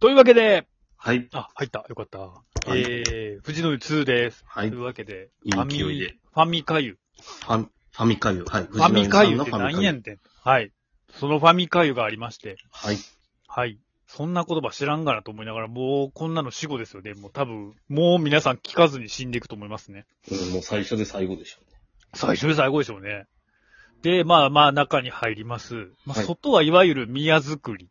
というわけで、はい。あ、入った。よかった。いえー、富士の湯2です。はいというわけで、いいファミ、勢いでファミカ湯。ファミ、ファミカユ。はい。ファミカ湯って藤波さんのファミカ何ユやねんって。はい。そのファミカ湯がありまして、はい。はい。そんな言葉知らんがなと思いながら、もうこんなの死後ですよね。もう多分、もう皆さん聞かずに死んでいくと思いますね。うんもう最初で最後でしょうね。最初で最後でしょうね。で、まあまあ中に入ります。まあ、はい外はいわゆる宮造り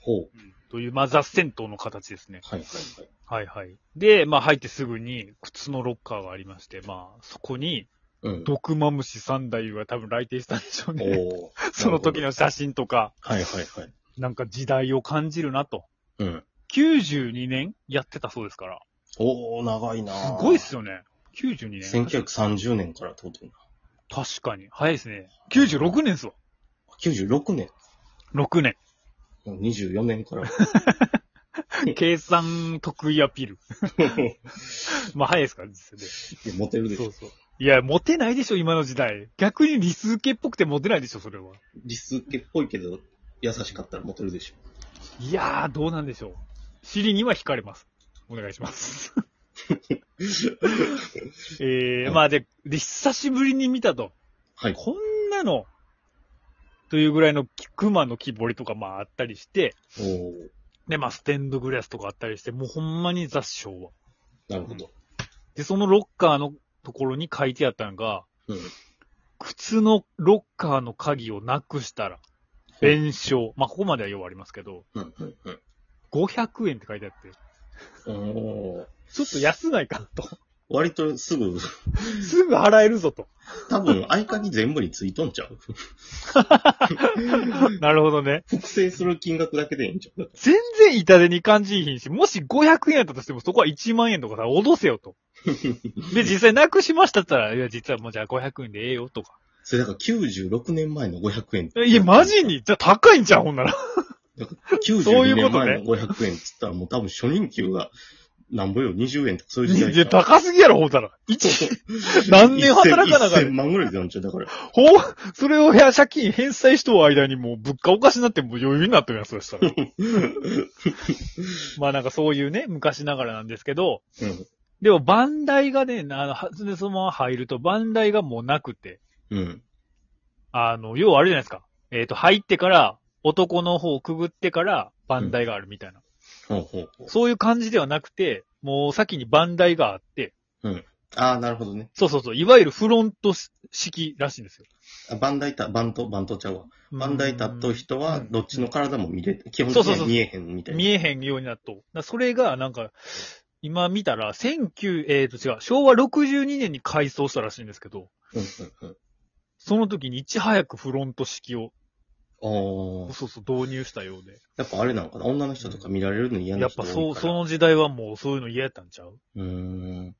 ほう。という、まあ雑銭湯の形ですね。はいはいはい。はいはい。で、まあ入ってすぐに靴のロッカーがありまして、まあそこにうん。毒マムシ三代が多分来店したんでしょうね。おー。 その時の写真とか、はいはいはい。なんか時代を感じるなと。うん。 92年やってたそうですから。おー、長いなすごいっすよね。92年。 1930年からってことな。確かに。早いですね。96年っすわ。 96年。 6年。 24 年から。計算得意アピール。まあ早いですから、実際ね。いやモテるでしそょう。そう。いや、モテないでしょ、今の時代。逆に理数系っぽくてモテないでしょ、それは。リスケっぽいけど、優しかったらモテるでしょ。いやー、どうなんでしょう。尻には惹かれます。お願いします。えー、まあで、で、久しぶりに見たと。はい。こんなの、というぐらいのき熊の木彫りとかまああったりして、おー。で、まあステンドグラスとかあったりして、もうほんまに雑誌は。なるほど。で、そのロッカーのところに書いてあったのが、うん。靴のロッカーの鍵をなくしたら、弁償。まあここまでは要はありますけど、うんうん500円って書いてあって、うん。おー。ちょっと安ないかと。割とす ぐ、すぐ払えるぞと。多分合鍵全部についとんちゃう なるほどね。複製する金額だけでいいんちゃう全然痛手に感じいひんし、もし500円やったとしてもそこは1万円とかさ、脅せよ と。で、実際なくしましたったら、いや、実はもうじゃあ500円でええよとか。それだから96年前の500円。いや、マジにじゃあ高いんじゃん、ほんなら。だから92年前の500円っつったらもう多分初任給がなんぼよ、20円とかそういう時代いや、高すぎやろ、ほんなら。一何年働かなあかっ1000万ぐらいでなんちゃう。だから、ほう、それを借金返済しとる間にもう物価おかしになってもう余裕になってるやん、そうした ら。まあなんかそういうね、昔ながらなんですけど、うん。でもバンダイがね、あのは、でそのまま入るとバンダイがもうなくて、うん。あの、要はあれじゃないですか。えっ、と、入ってから、男の方をくぐってから、バンダイがあるみたいな、ほうほうほう。そういう感じではなくて、もう先にバンダイがあって、ああ、なるほどね。そうそうそう、いわゆるフロント式らしいんですよ。あバンダイタ、バント、バントちゃうわ。バンダイタっと人は、どっちの体も見れ、基本的そうそうにそはう見えへんみたいな。見えへんようになっと。だからそれが、なんか、今見たら、19、えっ、と違う、昭和62年に改装したらしいんですけど、うんうんその時にいち早くフロント式を、うん。ああ。そうそう、導入したようで。やっぱあれなのかな女の人とか見られるの嫌やなっ人ぱ多いから。そう、その時代はもうそういうの嫌やったんちゃううーん。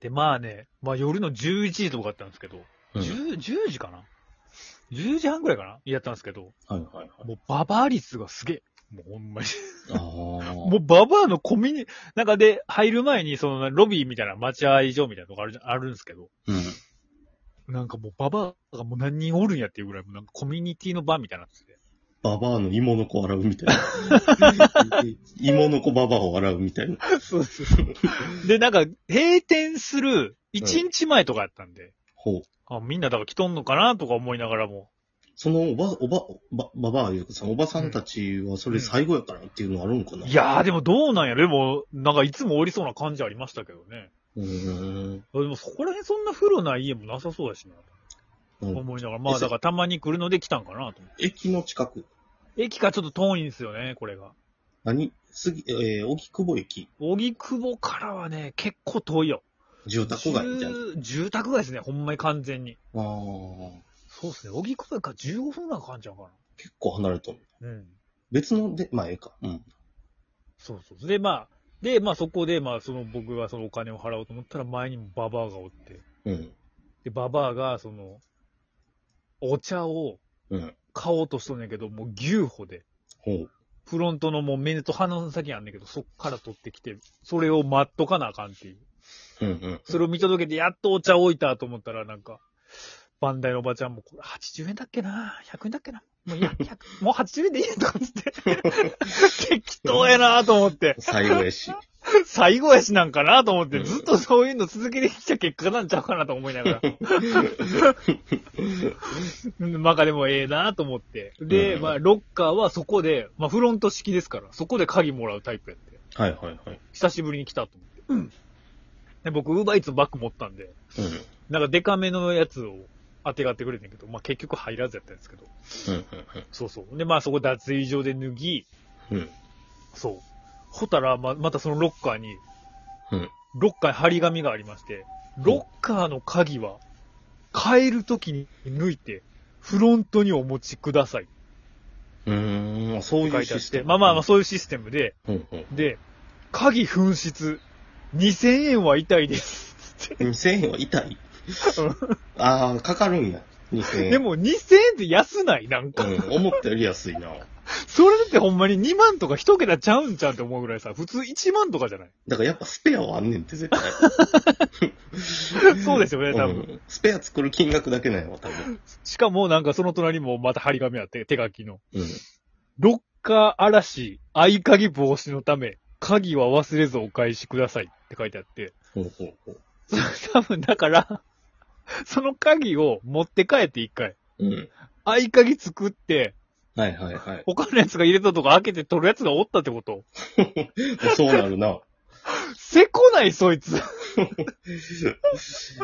で、まあね、まあ夜の11時とかだったんですけど、うん。 10, 10時かな ?10 時半くらいかなやったんですけど、はいはいはい。もうババア率がすげえ。もうほんまに。ああ。もうババアのコミュニ、なんかで入る前にそのロビーみたいな待合所みたいなのがあるじゃあるんですけど、うん。なんかもうババアがもう何人おるんやっていうぐらい、もうなんかコミュニティの場みたいになってて。ババアの芋の子を洗うみたいな。芋の子ババアを洗うみたいな。そうそうで、なんか閉店する1日前とかやったんで、ほう。あ、みんなだから来とんのかなとか思いながらも、そのおば、おば、ば、ばばあいうかさ、おばさんたちはそれ最後やからっていうのあるんかな、いやーでもどうなんやろでも、なんかいつもおりそうな感じありましたけどね。うーん。でもそこら辺そんな風呂ない家もなさそうだしな。うん思いながら、まあだからたまに来るので来たんかなと思って。駅の近く。駅がちょっと遠いんですよね、これが。何すぎ、えー、荻窪駅。荻窪からはね、結構遠いよ。住宅街みたいな。住住宅街ですね、ほんまに完全に。あー。そうですね、荻窪から15分ぐらいかかんちゃうか結構離れとる。な。うん。別ので、まあええか。うん。そうそう。で、まあ、で、まあそこで、まあその僕がそのお金を払おうと思ったら前にもババアがおって、うん。で、ババアがその、お茶をうん。買おうとしとんねんけど、もう牛歩で、ほう。フロントのもう目と鼻の先にあんねんけど、そっから取ってきて、それを待っとかなあかんっていう。うんうん。それを見届けて、やっとお茶置いたと思ったら、なんか、バンダイのおばちゃんも、これ80円だっけな ?100 円だっけなもういいや、100もう80円でいいやとかっつって。 適当やなと思って。最後やし。 最後やしなんかなと思って、ずっとそういうの続けてきた結果なんちゃうかなと思いながら。うんまあでもええなと思って。で、うんまあロッカーはそこで、まあフロント式ですから、そこで鍵もらうタイプやって。はいはいはい。久しぶりに来たと思って。で僕、ウーバーイーツのバッグ持ったんで、うん。なんかデカめのやつを当てがってくれてんけど、まあ結局入らずやったんですけど。うんそうそう。で、まあそこ脱衣所で脱ぎ、うんうん。うん。そう。ほたら、ま、またそのロッカーに、うん。ロッカーに張り紙がありまして、ロッカーの鍵は、帰るときに抜いて、フロントにお持ちください。うーん、そうい書ういてあシっステて、ム。まあまあまあそういうシステムで、うんうん。で、鍵紛失、2000円は痛いです。 2000円は痛いああ、かかるんや。2000円。で、も2000円って安ないなんう か。ん、思ったより安いな。それだってほんまに2万とか1桁ちゃうんちゃうんって思うぐらいさ、普通1万とかじゃないだからやっぱスペアはあんねんって絶対。 そうですよね、多分。うんスペア作る金額だけなんやわ、多分。しかもなんかその隣もまた張り紙あって、手書きの。うん。ロッカー嵐、合鍵防止のため、鍵は忘れずお返しくださいって書いてあって。ほうほうほう。そ多分だから、その鍵を持って帰って一回。うん。合鍵作って、はいはいはい。他のやつが入れたとこ開けて取るやつがおったってことそうなるな。せこないそいつ。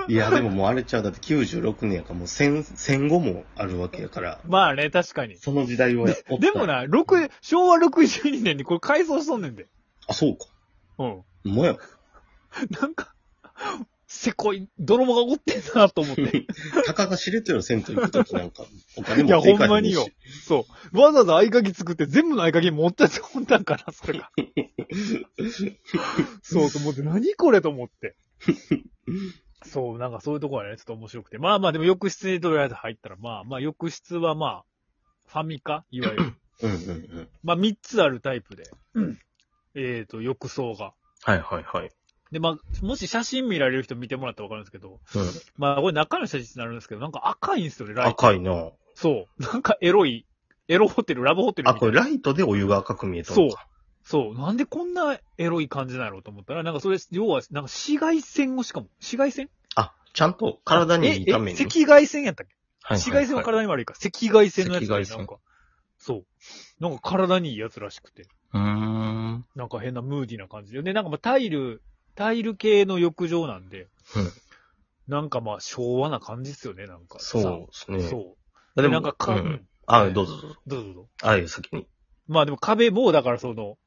いや、でももうあれちゃう。だって96年やから、もう戦、戦後もあるわけやから、 まあね、確かに。その時代をやおっでたも。な、6、昭和62年にこれ改装しとんねんで。あ、そうか。うん。ほんまや。なんか、せこい、泥棒がおってんなと思って。たかが知れてる銭湯行くときなんか、お金いや、もほんまによ。そう。わざわざ合鍵作って、全部の合鍵持ったやつ本なんかな、それ が。そうそう、思って、何これと思って。そう、なんかそういうとこはね、ちょっと面白くて。まあまあ、でも浴室にとりあえず入ったら、まあまあ、浴室はまあ、ファミカいわゆ る。うんうんうん。まあ、3つあるタイプで。えっ、と、浴槽が。はいはいはい。で、まあ、もし写真見られる人見てもらったらわかるんですけど、うん。まあ、これ中の写真になるんですけど、なんか赤いんですよね、ライト。赤いな。そう。なんかエロい、エロホテル、ラブホテルみあ、たいな。これライトでお湯が赤く見えたのか。そう。なんでこんなエロい感じなのと思ったら、なんかそれ、要は、なんか紫外線をしかも、紫外線あ、ちゃんと体にいいために。ええ赤外線やったっけ、はいはいはい紫外線は体に悪いか。赤外線のやつで赤外線なんか、そう。なんか体にいいやつらしくて。うーん。なんか変なムーディーな感じで。で、なんかまあタイル、タイル系の浴場なんで、うんなんかまあ昭和な感じっすよね、なんか。そうですね。さそうう。で、なんかか、ううんん、あ、どうぞどうぞ。どうぞどうぞ。あ、いいよ先に。まあでも壁も、だからその、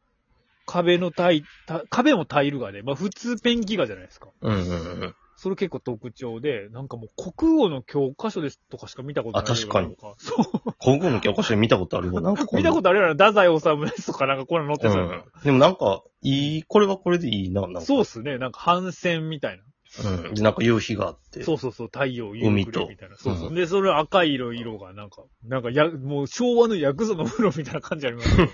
壁のタイ、タ壁もタイルがね、まあ普通ペンキ画じゃないですか。うんうんうん。それ結構特徴で、なんかもう国語の教科書ですとかしか見たことない。あ確かに。そう。高校の教科書で見たことあるわ。なんかこん見たことあるよな、太宰治のやつとかなんかこんなの載ってたうよん。でもなんか、いい、これはこれでいいな、なんなか。そうっすね、なんか反戦みたいな。うん。で、なんか夕日があって。そうそうそう、太陽夕暮れみたいな。そうそうう。で、それ赤い色、色がなんか、なんかや、もう昭和のヤクザの風呂みたいな感じあります。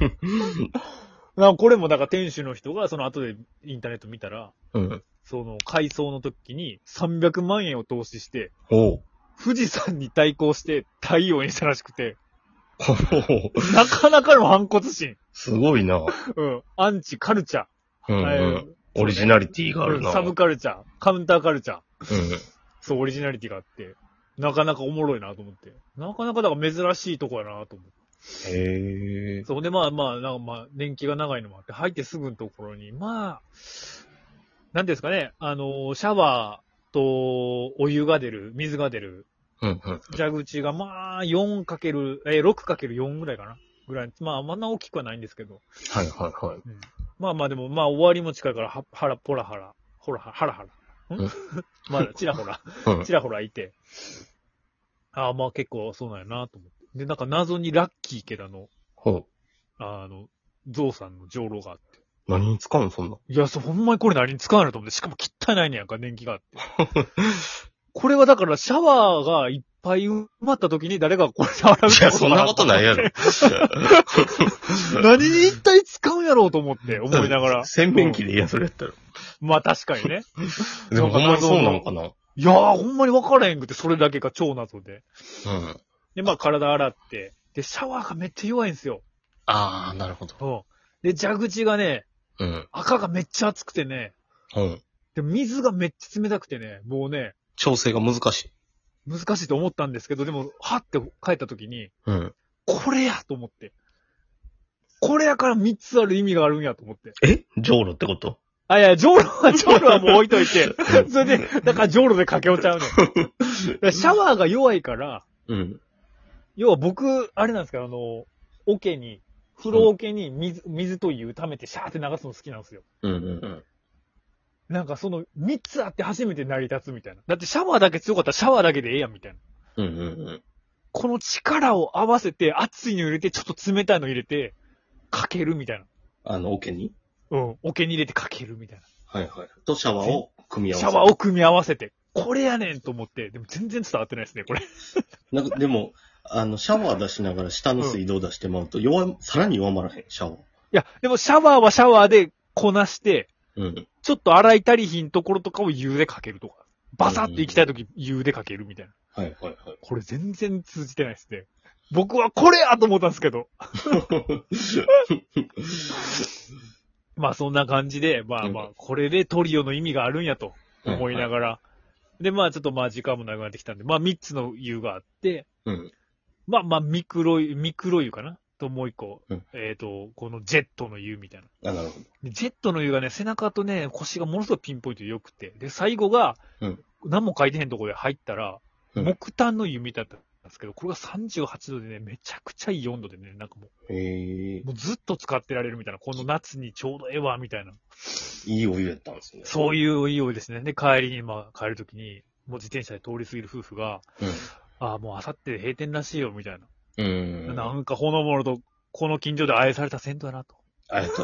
なんかこれもなんか店主の人がその後でインターネット見たら、うん。その改装の時に300万円を投資して、おう。 富士山に対抗して太陽にしたらしくて、おうなかなかの反骨心。すごいな。うん。アンチカルチャうんうー。えん。ーオリジナリティがあるな。サブカルチャー。カウンターカルチャー。うん。そう、オリジナリティがあって。なかなかおもろいなと思って。なかなかだから珍しいとこやなと思って。へえ。そこでまあまあ、なんかまあ、年季が長いのもあって、入ってすぐのところに、まあ、なんていうんですかね、あの、シャワーとお湯が出る、水が出る、うんうん。蛇口がまあ、4かける、えー、6かける4ぐらいかな。ぐらい。まあ、あんな大きくはないんですけど。はいはいはい。まあまあでも、まあ終わりも近いから、は、はら、ぽらはら、ほらは、はらはら。うんん まだ、ちらほら、うんちらほらいて。ああ、まあ結構そうなんやなと思って。で、なんか謎にラッキー池田の、ほう。あの、ゾウさんの上炉があって。何に使うのそんな。いや、そう、ほんまにこれ何に使うのと思って、しかも汚いねやんか、年季があって。 これはだから、シャワーがいっぱい埋まった時に誰がこれで洗ういや、そんなことないや ろ。。何に一体使うんやろうと思って、思いながら洗面器でいいやん、それやったら。まあ確かにね。でもほんまにそうなのかな。うん。 いやー、ほんまに分からへんくて、それだけが超謎で。で、まあ体洗って、で、シャワーがめっちゃ弱いんですよ。ああ、なるほど。そう。で、蛇口がね、うん。赤がめっちゃ熱くてね、うん。で、水がめっちゃ冷たくてね、もうね、調整が難しい。難しいと思ったんですけど、でも、はって帰った時に、うん。これやと思って。これやから3つある意味があるんやと思って。えジョーロってことあ、いや、ジョーロ は、ジョーロはもう置いといて。 それで、だからジョーロでかけおちゃうねん。だからシャワーが弱いから、うん。要は僕、あれなんですか、あの、桶に、風呂桶に水、水と湯溜めてシャーって流すの好きなんですよ。うんうんなんかその3つあって初めて成り立つみたいな。だってシャワーだけ強かったらシャワーだけでええやんみたいな。うん。うんうんこの力を合わせて熱いの入れてちょっと冷たいの入れてかけるみたいな。あの、桶にうん。桶に入れてかけるみたいはいはい。とシャワーを組みな。シ合わせャるワーを組み合わせて。これやねんと思って。でも全然伝わってないですね、これ。なんか、でも、あの、シャワー出しながら下の水道出してもらうと、弱い、さらに弱まらへん、シャワいー。や、でもシャワーはシャワーでこなして、うん。ちょっと洗い足りひんところとかを湯でかけるとか。バサッと行きたいとき湯でかけるみたいな。はいはいはい。これ全然通じてないですね。僕はこれやと思ったんですけど。 まあそんな感じで、まあまあ、これでトリオの意味があるんやと思いなががら。で、まあちょっとまあ時間もなくなってきたんで、まあ3つの湯があって、ら。うん。まあまあミクロ湯、ミクロ湯かなともう一個、うんえっ、と、このジェットの湯みたいな。あ、なるほど。でジェットの湯がね、背中とね、腰がものすごいピンポイントで良くて。で、最後が、うん何も書いてへんところで入ったら、うん木炭の湯みたいだったんですけど、これが38度でね、めちゃくちゃいい温度でね、なんかもへえう、、もうずっと使ってられるみたいな、この夏にちょうどええわ、みたいな。いいお湯やったんですね。そういういいお湯ですね。で、帰りに、まあ、帰るときに、もう自転車で通り過ぎる夫婦が、ああ、もうあさって閉店らしいよ、みたいな。うん。うん。なんかほのぼのと、この近所で愛された銭湯だなと。ありがとうございます。